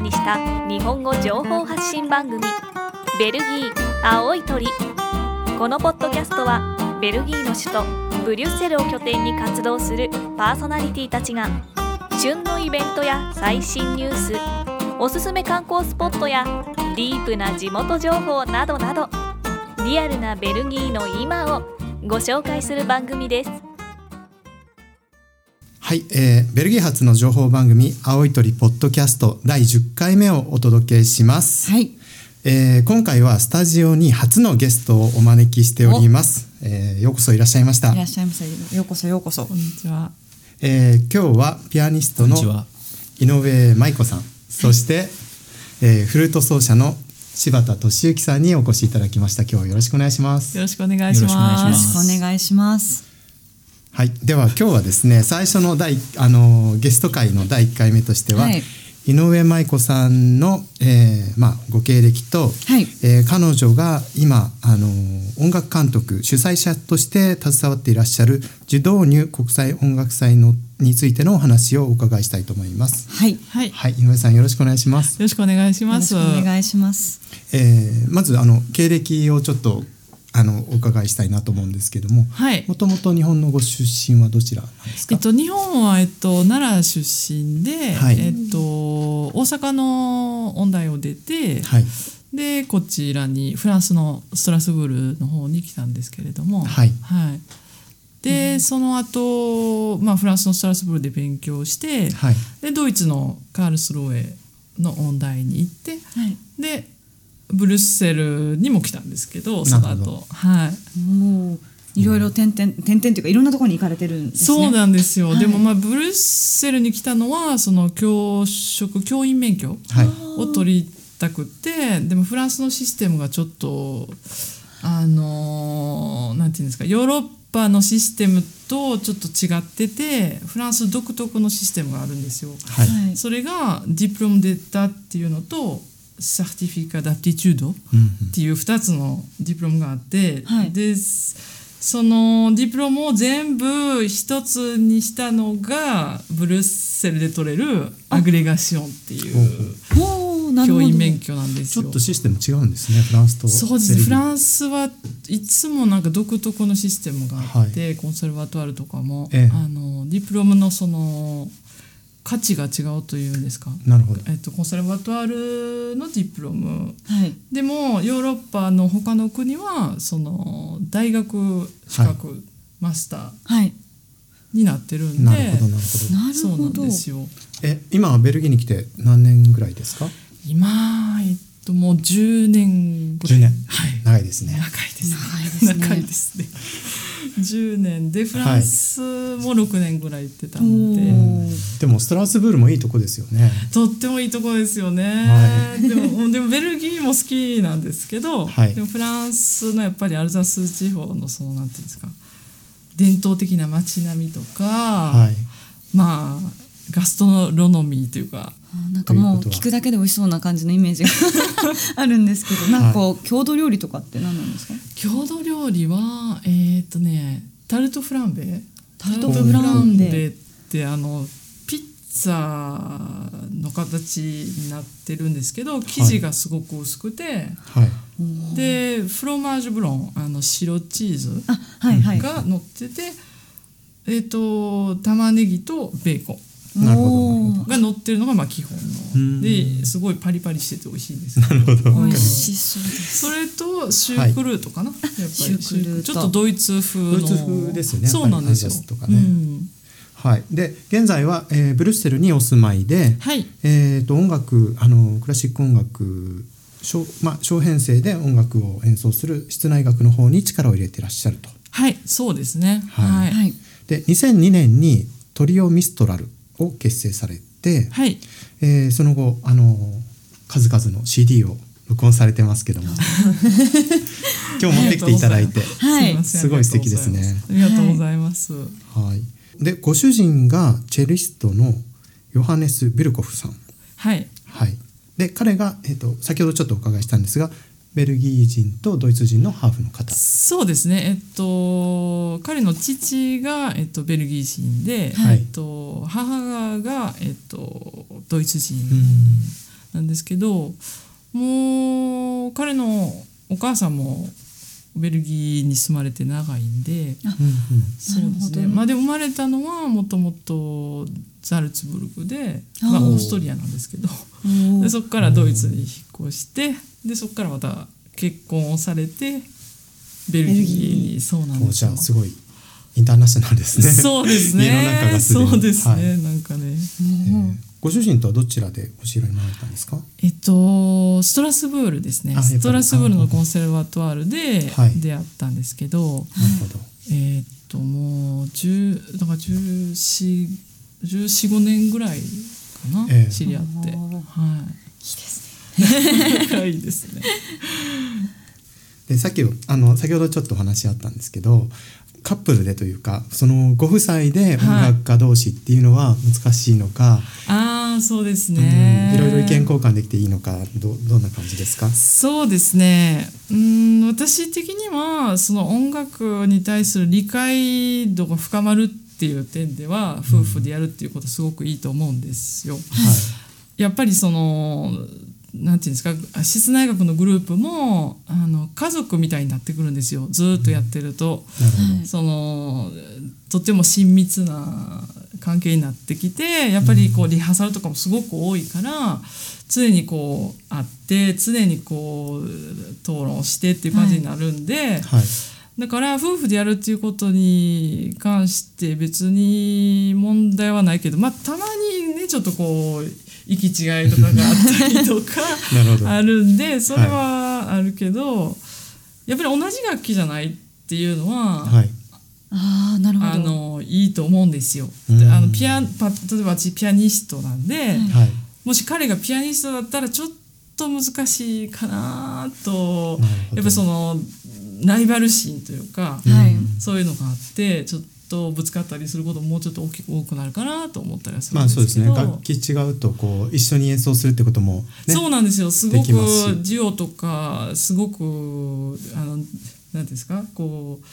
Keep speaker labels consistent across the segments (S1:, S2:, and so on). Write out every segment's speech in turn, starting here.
S1: にした日本語情報発信番組「ベルギー青い鳥」このポッドキャストはベルギーの首都ブリュッセルを拠点に活動するパーソナリティたちが旬のイベントや最新ニュースおすすめ観光スポットやディープな地元情報などなどリアルなベルギーの今をご紹介する番組です。
S2: はい、えーベルギー発の情報番組「青い鳥ポッドキャスト」第10回目をお届けします、
S3: はい。
S2: えー今回はスタジオに初のゲストをお招きしております、えーようこそいらっしゃいました
S3: いらっしゃいませ。ようこそようこそ。こんにちは。
S2: えー今日はピアニストの
S4: こんにちは
S2: 井上舞子さんそして、えーフルート奏者の柴田俊之さんにお越しいただきました今日はよろしくお願いします
S5: よろしくお願いします。
S4: よろしくお願いし
S3: よ
S4: ま
S3: ろしくお願いします。
S2: はい、では今日はですね最初の第あのゲスト会の第1回目としては、
S3: はい
S2: 井上舞子さんの、えーまあ、ご経歴と、
S3: はい
S2: えー彼女が今あの音楽監督主催者として携わっていらっしゃる受動入国際音楽祭のについてのお話をお伺いしたいと思います。
S3: はい。よ
S5: はい。よ
S2: はい、井上さんよろしくお願いします。
S5: ろしくお願いしま
S3: ろ
S5: す。
S3: しくお願いします。
S2: えーまずあの経歴をちょっとあのお伺いしたいなと思うんですけども、
S5: はい
S2: もともと日本のご出身はどちらなんですか
S5: えっ。と、日本は、えっと、奈良出身で、
S2: はい
S5: えっと、大阪の音大を出て、
S2: はい。
S5: でこちらにフランスのストラスブールの方に来たんですけれども、
S2: はい
S5: で、その後、まあフランスのストラスブールで勉強して、
S2: はい。
S5: でドイツのカールスローエの音大に行って、
S3: はい。
S5: でブルッセルにも来たんですけどその
S2: なるほ
S5: 後はい
S3: もういろいろ点々点々というかいろんなところに行かれてるんですね。
S5: そうなんですよ、
S3: はい
S5: でもまあブルッセルに来たのはその教職教員免許
S2: はい。
S5: を取りたくてでもフランスのシステムがちょっとあのーなんていうんですかヨーロッパのシステムとちょっと違っててフランス独特のシステムがあるんですよ。
S2: はい。
S3: はい。
S5: それがディプロムデータっていうのとサーティフィカダプティチュードっていう2つのディプロムがあって、
S3: はい
S5: でそのディプロムを全部一つにしたのがブルッセルで取れるアグレガシオンっていう
S3: おお、なるほど。
S5: 教員免許なんです
S2: ち
S5: よ。
S2: ょっとシステム違うんですね、フランスと。
S5: そうですねフ
S2: ン
S5: ランスはいつもなんか独特のシステムがあって、コンサルバトワールとかも、
S2: ええ
S5: あのディプロムのその価値が違うというんですか、
S2: なるほど。
S5: えっと、コンサルバトワールのディプロム
S3: はい。
S5: でもヨーロッパの他の国はその大学資格、マスター
S3: はい。
S5: になってるんで
S2: なるほど、なるほど。
S3: なる
S5: そう
S3: ほ
S5: なん
S3: ど。
S5: ですよ
S2: え、今はベルギーに来て何年ぐらいですか。
S5: 今えっともう10年ぐら
S2: 10
S5: い
S2: 年
S5: はい
S2: 長いですね
S5: 長。いですね
S3: 長いですね
S5: 長いですね10年でフランスも6年ぐらい行ってた
S3: お
S5: んで、
S3: お。
S2: でもストラスブールもいいとこですよね。
S5: とってもいいところですよね、
S2: は
S5: でもでもベルギーも好きなんですけど、
S2: はい
S5: でもフランスのやっぱりアルザス地方のそのなんていうんですか伝統的な街並みとか、
S2: はい。
S5: まあガストロノミーという
S3: あ
S5: か
S3: なんかもう
S2: ということは
S3: 聞くだけで美味しそうな感じのイメ ージがあるんですけど、なんかこう郷土料理とかって何なんですか？
S5: 郷土料理はえーっとねタルトフランベ
S3: タルトフランベ
S5: タルトフラってあのピッツァの形になってるんですけど生地がすごく薄くて、
S2: はい。
S5: でフロマージュブロンあの白チーズ
S3: あ、はいはい。
S5: が乗ってて、えっ、と玉ねぎとベーコン
S2: なるほど
S3: おー
S5: が乗ってるのがまあ基本
S2: うん
S5: のですごいパリパリしてて美味しいんで すな
S2: なるほど。
S3: 美味しそうです。
S5: それとシュークルートかな、やっぱり
S3: シュークルート
S5: ちょっとドイツ風の
S2: ドイツ風ですよね
S5: そうなんですよ
S2: やっぱりアンジャスとかね
S5: うん
S2: はい。で、現在は、えーブルッセルにお住まいで。
S5: はい
S2: えー、と音楽あのクラシック音楽小,、まあ、小編成で音楽を演奏する室内楽の方に力を入れてらっしゃると。
S5: はいそうですね
S2: は
S5: はいい、
S3: はい。
S2: で2002年にトリオ・ミストラルを結成されて、
S5: はい
S2: えーその後あの数々の CD を録音されてますけ ども今日持ってきていただいて。
S3: はい
S5: ません
S2: すごい素敵ですね
S5: ありがとうございます、ありがとうござい
S2: は
S5: ます
S2: い、でご主人がチェリストのヨハネス・ビルコフさん。
S5: はい
S2: はい、で彼が、えー、と先ほどちょっとお伺いしたんですがベルギー人とドイツ人のハーフの方。
S5: そうですね、えっと、彼の父が、えっと、ベルギー人で、
S2: はい
S5: えっと、母が、えっと、ドイツ人
S2: うん
S5: なんですけどもう彼のお母さんもベルギーに住まれて長いんでそ
S3: な
S5: うです
S3: る
S5: ね、
S3: ほど
S5: まあ、でも生まれたのはもともとザルツブルクで、まあ、
S3: あー
S5: オーストリアなんですけど
S3: お
S5: で
S3: ー
S5: そこからドイツに引っ越してでそこからまた結婚をされてベルギーにそうな
S2: うんん、もう
S5: で
S2: じ
S5: す
S2: ゃ
S5: よ
S2: あすごいインターナショナルですね。
S5: そうです
S2: 家の中
S5: ね
S2: がすでに
S5: そうですね、
S2: はい
S5: なんかね
S2: えーご主人とはどちらでお知りになられたんですか。
S5: えっとストラスブールです
S2: あ
S5: ね
S2: やっぱり
S5: ストラスブールのコンセルバトワールで
S2: はい
S5: 出会ったんですけど、
S2: なるほど。
S5: えーっともう10だから14 1415年ぐらいかな、
S2: ええ
S5: 知り合って
S3: あー
S5: はい いいですねいいですね
S2: でさっきあの先ほどちょっとお話あったんですけどカップルでというかそのご夫妻で音楽家同士っていうのは難しいのか、
S5: ああそうです
S2: うん
S5: ね、
S2: いろいろ意見交換できていいのかどどんな感じですか、
S5: そうですねうん私的にはその音楽に対する理解度が深まるっていう点では夫婦でやるっていうことはすごくいいと思うんですよ。
S2: は
S5: やっぱりそのなんていうんですか室内学のグループもあの家族みたいになってくるんですよずーっとやってると、
S2: い、なるほど、
S5: そのとても親密な関係になってきてやっぱりこうリハーサルとかもすごく多いから常にこう会って常にこう討論してっていう感じになるんで。
S2: はい
S5: だから夫婦でやるっていうことに関して別に問題はないけどまあたまにねちょっとこう行き違いとかがあったりと か
S2: なるほど
S5: あるんでそれはあるけど、やっぱり同じ楽器じゃないっていうのは、
S2: はい
S3: ああなるほど
S5: あのいいと思うんですよ。
S2: うん
S5: であのピアパ例えば私ピアニストなんで、
S2: はい
S5: もし彼がピアニストだったらちょっと難しいかなと
S2: なるほど
S5: やっぱりそのライバル心というか。
S3: はい
S5: そういうのがあってちょっとぶつかったりすることももうちょっと大きく多くなるかなと思ったりはする
S2: ま
S5: ん
S2: あ
S5: で
S2: そうですす
S5: け
S2: ね
S5: ど、
S2: 楽器違うとこう一緒に演奏するってこともね
S5: そうなんですよすご
S2: で
S5: く
S2: きますし
S5: ジオとかすごくあのなんていうんですかこう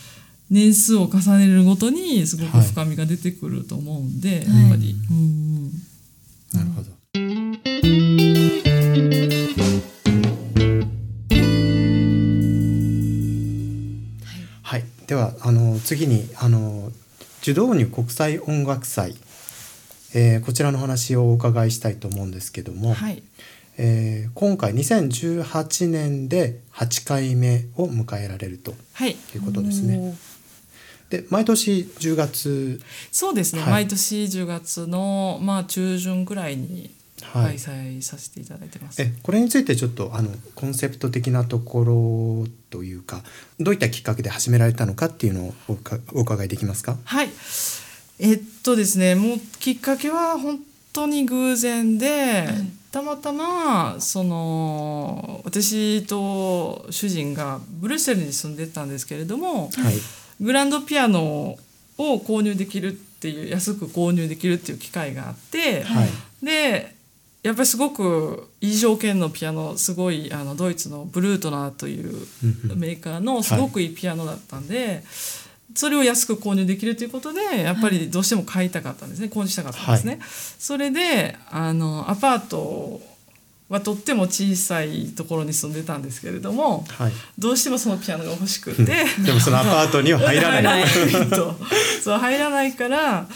S5: 年数を重ねるごとにすごく
S2: はい
S5: 深みが出てくると思うんで、
S3: はい
S5: やっぱり、うんうん
S2: なるほどはい、ではあの次にあの受動入国際音楽祭、えーこちらの話をお伺いしたいと思うんですけども、
S5: はい
S2: えー今回2018年で8回目を迎えられると
S5: はい
S2: いうことですね。で毎年10月、
S5: そうですね、
S2: はい
S5: 毎年10月の、まあ、中旬ぐらいに
S2: は
S5: 開
S2: い
S5: 催させていただいてます、
S2: えこれについてちょっとあのコンセプト的なところというかどういったきっかけで始められたのかっていうのをおかお伺いできますか、
S5: はい。えっとですね、もうきっかけは本当に偶然で、たまたまその私と主人がブルッセルに住んでたんですけれども、
S2: はい
S5: グランドピアノを購入できるっていう安く購入できるっていう機会があって、
S2: はい
S5: でやっぱりすごくいい条件のピアノすごいあのドイツのブルートナーという
S2: うんうん
S5: メーカーのすごくいいピアノだったんで、それを安く購入できるということでやっぱりどうしても買いたかったんですね購入したかったんですね。それであのアパートはとっても小さいところに住んでたんですけれども
S2: はい、
S5: どうしてもそのピアノが欲しくて。
S2: でもそのアパートには入らない
S5: 入らないとそう入らないから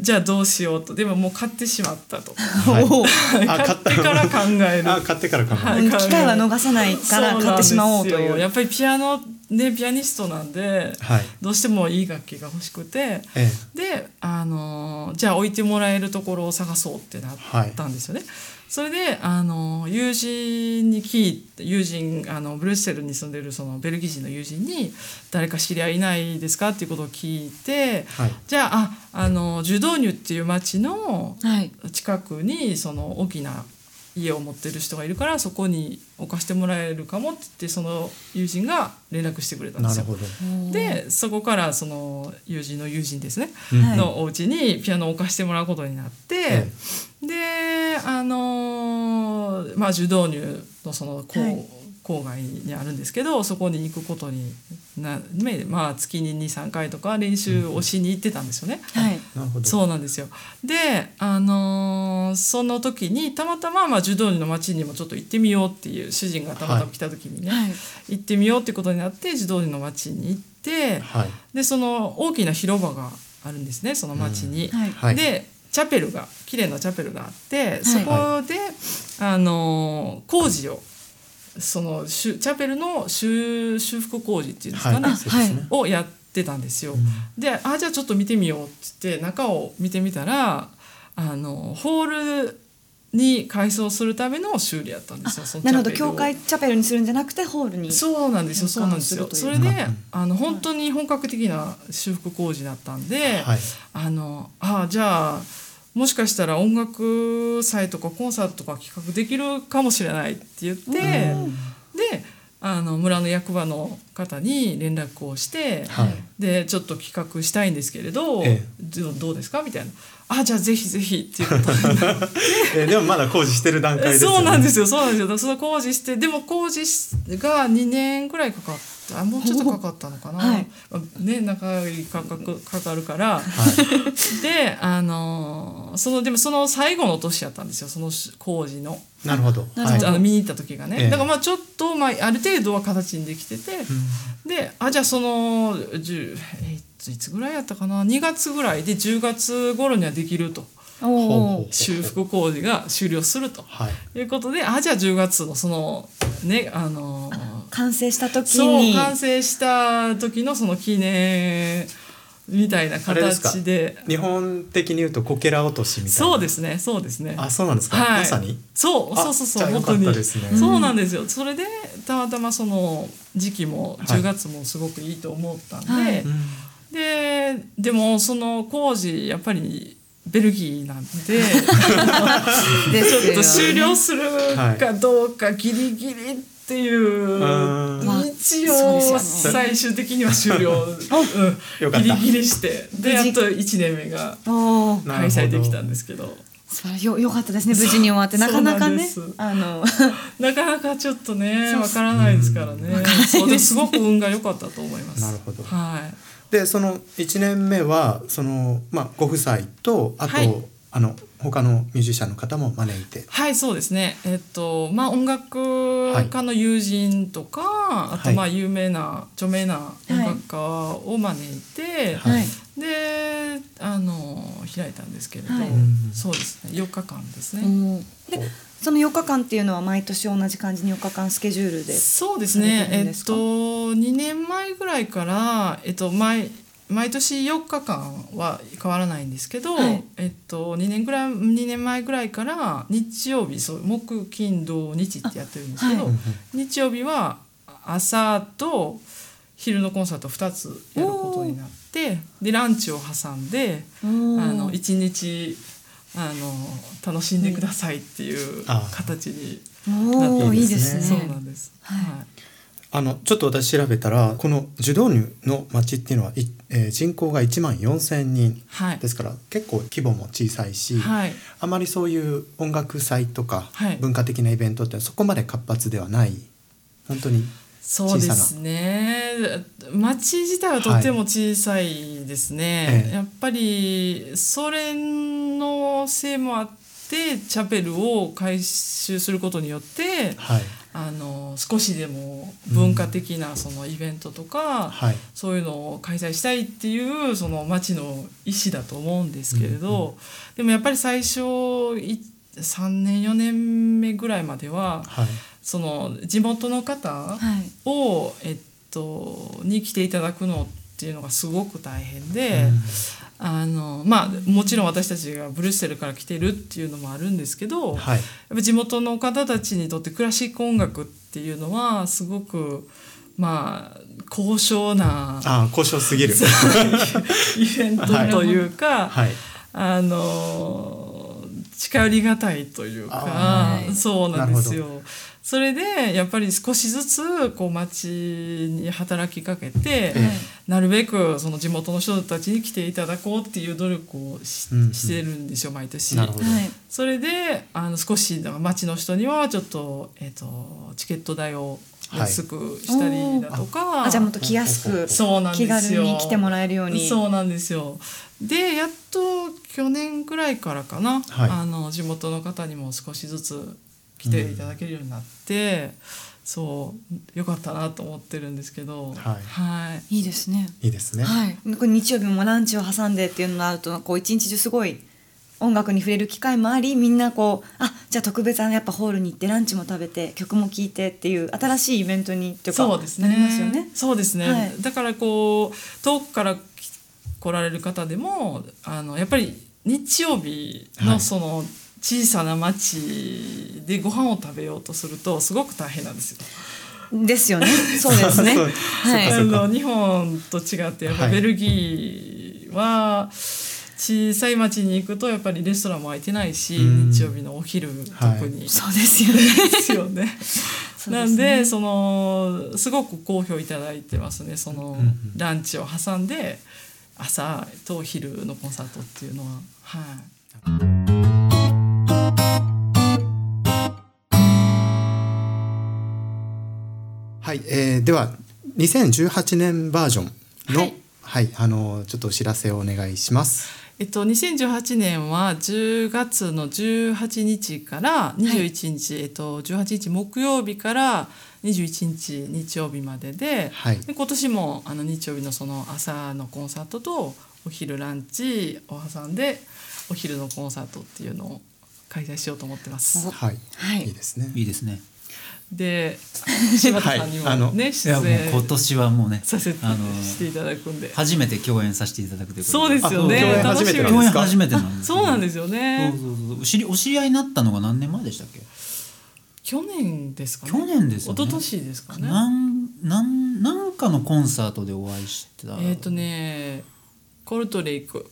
S5: じゃあどうしようとでももう買ってしまったと
S2: はい
S3: おー
S5: 買
S2: あ買
S5: っ
S2: った
S5: てから考える
S2: あ買ってから考える、
S5: は
S3: うん機会は逃さないから買ってしまおうと
S5: そなんです
S3: い
S5: よ
S3: う
S5: やっぱりピアノねピアニストなんで
S2: はい
S5: どうしてもいい楽器が欲しくて
S2: え
S5: で、あのーじゃあ置いてもらえるところを探そうってなったんですよね。それで、あのー友人に聞いて友人あのブルッセルに住んでるそのベルギー人の友人に「誰か知り合いいないですか?」っていうことを聞いて、
S2: はい
S5: じゃああ、あのジュドーニュっていう町の
S3: はい
S5: 近くにその大きな家を持ってる人がいるからそこに置かしてもらえるかもって言ってその友人が連絡してくれた
S2: え
S5: んで
S2: な
S5: す
S2: る
S5: よ。
S2: ほど
S5: でそこからその友人の友人ですね、
S3: はい
S5: のお家にピアノを置かしてもらうことになって
S2: え、
S5: であのーまあ受動入のそのこう、
S3: はい
S5: 郊外にあるんですけどそこに行くことにな、ねまあ、月に23回とか練習をしに行ってたんですよね。
S3: はい。
S2: なるほど。
S5: そうなんですよで、あのーその時にたまたま、まあ、ジュドーリの町にもちょっと行ってみようっていう主人がたまたま来た時にね、
S3: はい。
S5: 行ってみようってことになってジュドーリの町に行って
S2: はい。
S5: でその大きな広場があるんですねその町に。
S3: はい。
S2: はい。
S5: でチャペルが綺麗なチャペルがあってそこで、あのー工事をその修チャペルの修修復工事っていうんですかね、
S2: はいそうですね
S3: はい
S5: をやってたんですよ。
S2: うん
S5: で「あじゃあちょっと見てみよう」って言って中を見てみたらあのホールに改装するための修理やったんですよ。その
S3: なるほど
S5: チャペルを
S3: 教会チャペルにするんじゃなくてホールに。
S5: そうなんですよそうなんですよ
S3: 変換す
S5: そ
S3: る
S5: れ
S2: という
S5: で、
S2: うん
S5: あの本当に本格的な修復工事だったんで、
S2: はい。
S5: あのあじゃあもしかしたら音楽祭とかコンサートとか企画できるかもしれないって言ってであの村の役場の方に連絡をして、
S2: はい。
S5: でちょっと企画したいんですけれど、
S2: ええ
S5: どどうですかみたいな「あじゃあぜひぜひ」って言った
S2: えーでもまだ工事してる段階ですよね。
S5: そうなんですよそうなんですよだからその工事してでも工事が2年くらいかかったあもうちょっとかかったのかな、
S3: はい
S5: まあね長いかかかかるから、
S2: は
S5: であのーそのでもその最後の年やったんですよその工事の,、
S2: い。なるほど。
S3: なるほ
S2: は
S3: ど
S5: あ
S2: い。
S5: の見に行った時がね、
S2: ええ
S5: だからまあちょっと、まあ、ある程度は形にできてて、であじゃあその10えーいつぐらいやったかな2月ぐらいで10月頃にはできると
S2: ほう
S3: お
S2: ほ
S3: お
S2: う。
S5: 修復工事が終了すると。
S2: はい。
S5: ということであじゃあ10月のそのねあのー
S3: 完成した時
S5: そう
S3: に。
S5: 完成した時のその記念みたいな
S2: あれですか
S5: 形で
S2: 日本的に言うとこけら落としみたいな。
S5: そうですねそうですね
S2: あ、そうなんですか。
S5: はい
S2: まさに。
S5: そう
S2: あ
S5: そうそう
S2: じ
S5: そ
S2: ゃあ
S5: う
S2: よ
S5: 本
S2: か
S5: 当
S2: った
S5: に
S2: ですね。
S5: そうなんですよそれでたまたまその時期も
S2: はい
S5: 10月もすごくいいと思ったんで、
S3: はい
S2: うん
S5: ででもその工事やっぱりベルギーなんで
S3: ですよ
S5: ちょっ
S3: ね
S5: と終了する
S2: はい
S5: かどうかギリギリっていう
S2: あー
S3: まあ
S5: 一
S3: そうですよ
S5: 応
S3: ね
S5: 最終的には終了、
S2: よ
S5: う
S2: か
S5: ん、
S2: っ
S5: ギ
S2: た
S5: リギリしてで
S3: 無
S5: あ
S3: 事
S5: と1年目が
S3: おお。
S2: なる
S5: 開
S2: ほど
S5: 催できたんですけど。
S3: 素晴らしいよよかったですね無事に終わってなかなかね
S5: そう
S3: あの
S5: なかなかちょっとね
S3: そう
S5: わからないですからね。そうですごく運が良かったと思います。
S2: なるほど
S5: はい。
S2: で、その一年目はそのまあご夫妻とあと、
S5: はい
S2: あの他のミュージシャンの方も招いて。
S5: はい、そうですね。えっとまあ音楽家の友人とか、あとまあ有名な著名な音楽家を招いて、
S2: はい
S3: はい
S5: であの開いたんですけれど、
S3: はい
S2: うん
S5: そうですね。4日間ですね。
S3: うんでその4日間っていうのは毎年同じ感じに4日間スケジュールで
S5: そうで
S3: さ
S5: す
S3: れ
S5: ね。
S3: てるん
S5: え
S3: で
S5: っ
S3: すか
S5: と2年前ぐらいからえっと毎毎年4日間は変わらないんですけど、
S3: はい
S5: えっと2年ぐらい2年前ぐらいから日曜日そう木金土日ってやってるんですけど、
S3: あ
S2: うんうん
S5: 日曜日は朝と昼のコンサート2つやることになってでランチを挟んで
S3: あ
S5: あの1日あの楽しんでくださいっていう
S2: あー
S5: 形に、
S3: おおい
S2: い
S3: い
S2: い
S3: で
S2: ですす
S3: ね
S2: ね
S5: そうなんです。はい
S2: あのちょっと私調べたらこのジュドーニュの町っていうのは、いえー人口が1万4,000人
S5: はい
S2: ですから、結構規模も小さいし、
S5: はい、
S2: あまりそういう音楽祭とか
S5: はい
S2: 文化的なイベントってそこまで活発ではない本当に
S5: そうですね町自体はとても小さいですね、
S2: ええ
S5: やっぱりそれのせいもあってチャペルを改修することによって
S2: はい
S5: あの少しでも文化的なそのイベントとか、
S2: はい
S5: そういうのを開催したいっていうその町の意思だと思うんですけれど、でもやっぱり最初い3年4年目ぐらいまでは
S2: はい
S5: その地元の方
S3: はい
S5: を、えっと、に来ていただくのっていうのがすごく大変で、あのまあ、もちろん私たちがブリュッセルから来てるっていうのもあるんですけど、
S2: うん
S5: やっ
S2: はい
S5: ぱ地元の方たちにとってクラシック音楽っていうのはすごくまあ高尚な
S2: ああ交渉すぎる
S5: イベントというか、
S2: はい
S5: あの近寄りがたいというか
S3: あー
S5: そうなんです
S2: な
S5: よ。それでやっぱり少しずつこう町に働きかけ
S2: え
S5: て、なるべくその地元の人たちに来ていただこうっていう努力をし,、
S2: うんうん
S5: してるんですよ毎年。
S2: なるほど、
S3: はい
S5: それであの少し町の人にはちょっと,、えっとチケット代を
S2: はい
S5: 安くしたりだとか、
S3: あじゃあもっと来やすく
S5: そうなん
S3: 気
S5: です
S3: 軽
S5: よ
S3: に来てもらえるように
S5: そうなんですよでやっと去年くらいからかな、
S2: はい
S5: あの地元の方にも少しずつ来ていただけるようになって、そうよかったなと思ってるんですけど
S2: はい
S5: はい
S3: いいですね
S2: いいですね。
S3: はい、これ日曜日もランチを挟んでっていうのがあるとこう一日中すごい音楽に触れる機会もありみんなこうあじゃあ特別なやっぱホールに行ってランチも食べて曲も聴いてっていう新しいイベントにっていうか
S5: そうですね
S3: なりますよね。
S5: そうですね、
S3: はい
S5: だからこう遠くから来来られる方でもあのやっぱり日曜日
S2: は
S5: の
S2: い
S5: その小さな町でご飯を食べようとするとすごく大変なんですよ。
S3: ですよね。そうですね。
S2: そう
S3: はい
S2: そ
S5: あ
S2: うか
S5: の日本と違ってやっぱ
S2: はい
S5: ベルギーは小さい町に行くとやっぱりレストランも空いてないし
S2: うん
S5: 日曜日のお昼
S2: はい
S5: 特にで
S3: そうですよね。
S5: すよね。
S3: そう
S5: な
S3: です
S5: ん
S3: ね
S5: でそのすごく好評いただいてますねその
S2: んうん
S5: ランチを挟んで朝と昼のコンサートっていうのは。はい
S2: はい、えーでは2018年バージョンの、
S5: は
S2: はいい、あのちょっとお知らせをお願いします。
S5: えっと、2018年は10月の18日から21日、えっと、18日木曜日から21日日曜日までで,、
S2: はい
S5: で今年もあの日曜日のその朝のコンサートとお昼ランチを挟んでお昼のコンサートっていうのを開催しようと思ってます。
S2: はい、
S3: はい
S2: いいですね。
S4: いいですね。
S5: で柴田さんに
S2: はいあ
S5: も
S2: の
S5: ね、
S4: い
S5: 出
S4: やもう今
S5: 演
S4: 年はもうね、
S5: させて
S4: あの
S5: していただくんで
S4: 初めて共演させていただくということ
S5: そうですよ
S2: あ
S5: ね
S2: 共演
S5: 楽
S2: 初め
S5: してみ
S2: なん
S5: です
S4: 共演
S2: か
S4: 初めてなんですよ。
S5: そうなんですよね
S4: そうそうそうお知りお知り合いになったのが何年前でしたっけ？
S5: 去年ですかね
S4: 去年ですよね
S5: 一昨年ですかね
S4: なんなんなんかのコンサートでお会いした。
S5: えっ、ー、とねコルトレイク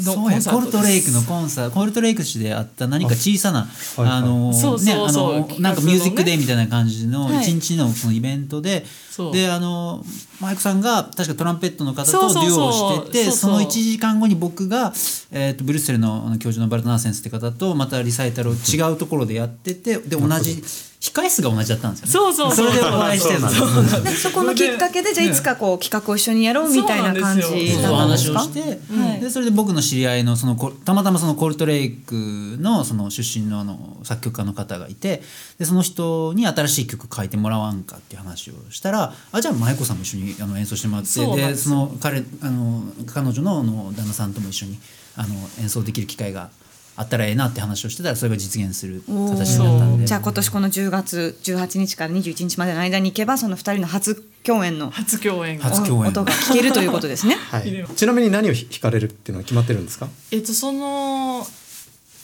S5: の
S4: そうやコルトレイク
S5: ンサートで
S4: の
S5: す
S4: コンサートコルトレイク氏であった何か小さなあ,、
S2: はいはい
S4: の
S5: そう
S4: ね
S5: そう
S4: あ
S5: そう
S4: の
S5: 企画
S4: なん
S5: のね
S4: かミュージックデーみたいな感じの
S3: はい
S4: 一日のそのイベントで、
S5: そう
S4: であのマイクさんが確かトランペットの方とデ
S5: そうそうそう
S4: ュオをしてて
S5: そうそう
S4: その1時間後に僕が、えー、とブリュッセルのあの教授のバルトナーセンスって方とまたリサイタルを違うところでやっててで同じ控室が同じだったんですよね。
S5: そうそうそう
S4: それでお会いしてるんですよ
S3: でそこのきっかけでじゃあいつかこう企画を一緒にやろうみたいな感じ
S5: そうなんです
S4: そう
S5: よ
S3: な
S4: お
S3: んです
S4: 話を
S3: か。
S4: して、
S3: はい
S4: でそれで僕の知り合いのそのコたまたまそのコルトレイクのその出身のあの作曲家の方がいてでその人に新しい曲書いてもらわんかっていう話をしたらあじゃあ舞子さんも一緒にあの演奏してもらって
S5: そうなん
S4: で
S5: です
S4: その彼あの彼女のあの旦那さんとも一緒にあの演奏できる機会があったらええなって話をしてたらそれが実現する形になったん
S5: そ
S4: で
S5: う
S3: じゃあ今年この10月18日から21日までの間に行けばその2人の初共演の
S5: 初共演が
S4: 初共演
S3: 音が聞けるということですね。
S2: は
S5: 入れよ
S2: い。
S5: う
S2: ちなみに何を弾かれるっていうのは決まってるんですか。
S5: えっ、とその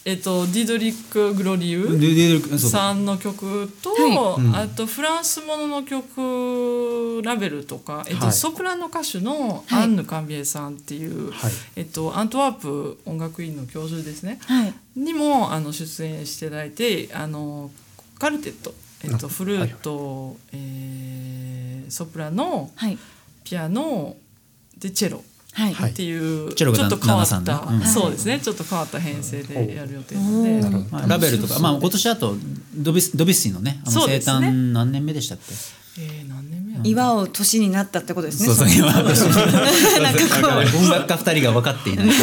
S5: えっ、とディドリック・グロリ
S4: で
S5: ュ
S4: でで
S5: ー
S4: そう
S5: さんの曲と、
S3: はい
S2: うん
S5: あとフランスものの曲ラベルとか、えっと
S2: はい
S5: ソプラノ歌手の
S3: はい
S5: アンヌ・カンビエさんっていう、
S2: はい
S5: えっと、アントワープ音楽院の教授ですね、
S3: はい。
S5: にもあの出演していただいてあのカルテット、えっと、フルート、えーソプラノ
S3: はい。
S5: ピアノでチェロ
S3: はい。
S2: はい
S5: っていう、
S4: チェロが
S5: ちょっと変わっ
S4: なな
S5: た、
S4: さんねうん
S5: そうですねちょっと変わった編成でやる予定なので、
S3: うん
S2: なるほど。
S4: まあ、ラベルとか、まあ、今年あとドビスドビュッシーのねあの
S5: そう
S4: 生
S5: ですね
S4: 誕何年目でしたっけ
S5: えー、何年目やった
S3: 祝う年になったってことですね。
S4: そうそう、
S3: の
S4: 今、音楽家二人が分かっていない。
S2: はい、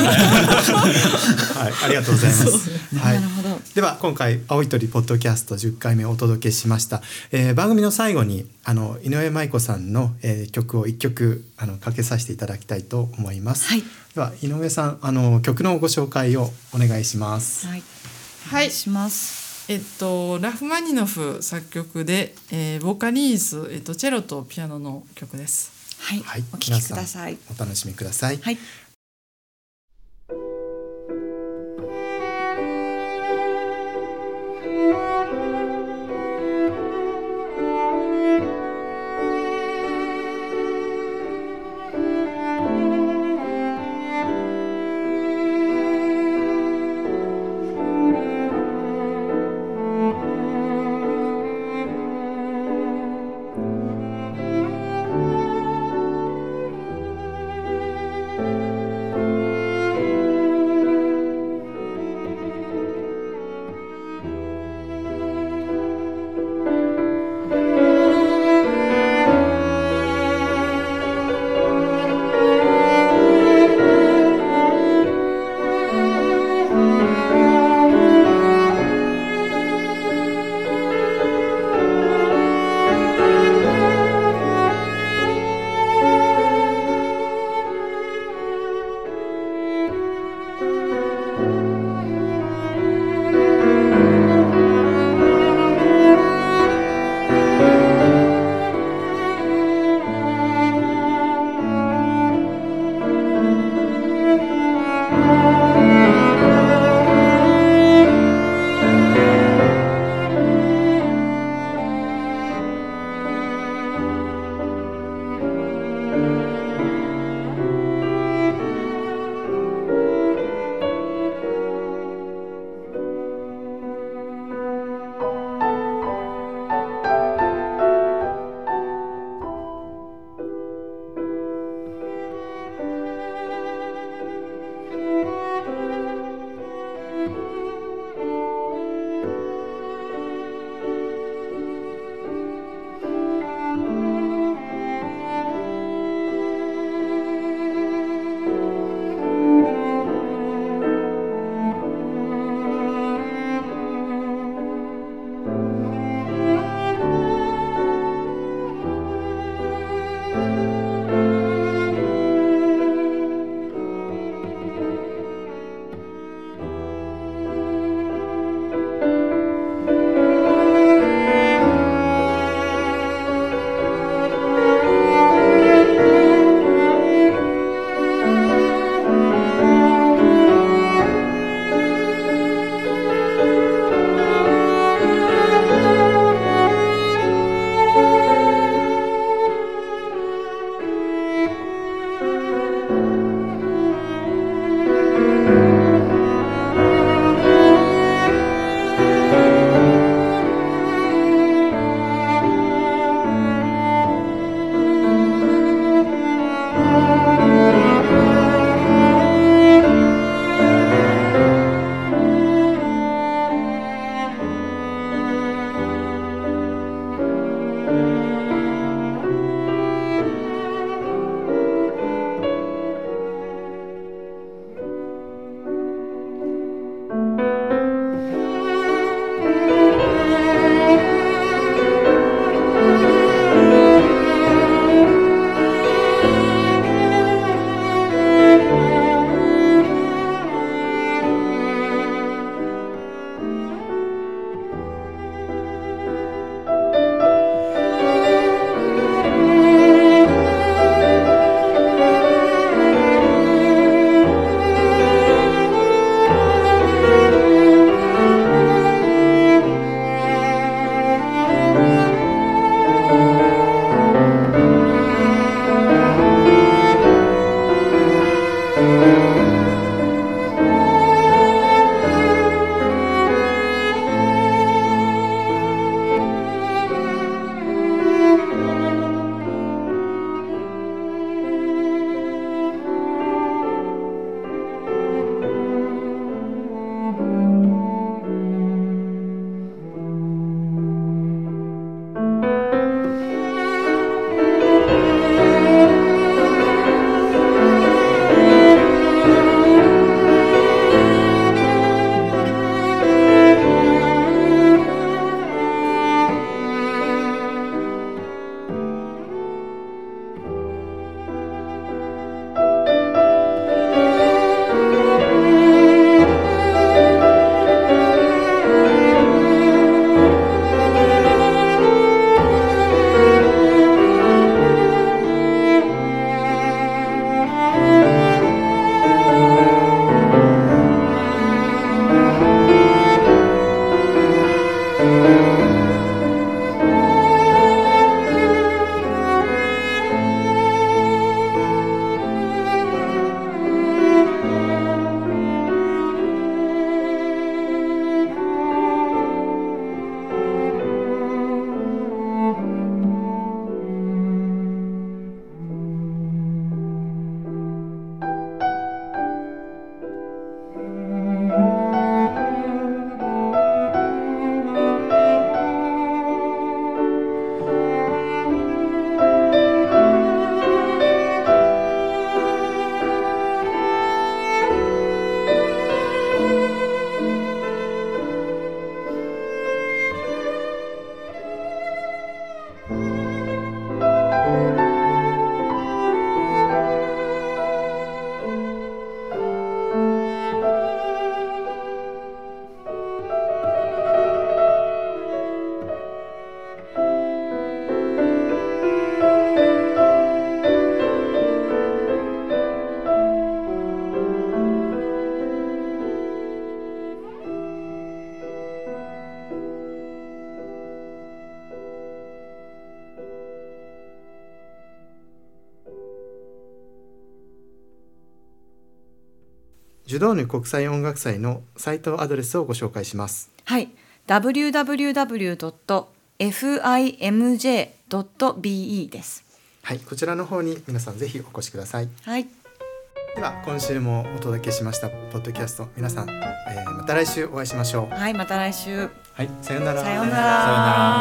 S2: ありがとうございます。は
S3: ないる。ほど。
S2: では今回青い鳥ポッドキャスト10回目をお届けしました、えー番組の最後にあの井上舞子さんの、えー曲を一曲あのかけさせていただきたいと思います、
S3: はい
S2: では井上さんあの曲のご紹介をお願いします
S3: はい。
S5: は
S3: お
S5: い
S3: 願します。
S5: えっと、ラフマニノフ作曲で、えーボカリーズ、えっと、チェロとピアノの曲です。
S3: はい。
S2: はい
S3: お聞きください。
S2: お楽しみください、
S3: はい。
S6: 「
S2: ジュドーニュ国際音楽祭のサイトアドレスをご紹介します
S3: はい、www.fimj.be です。
S2: はいこちらの方に皆さんぜひお越しください
S3: はい、
S2: では今週もお届けしましたポッドキャスト皆さん、えーまた来週お会いしましょう
S3: はい、また来週。
S2: はいさよう
S3: さよう
S4: さようなら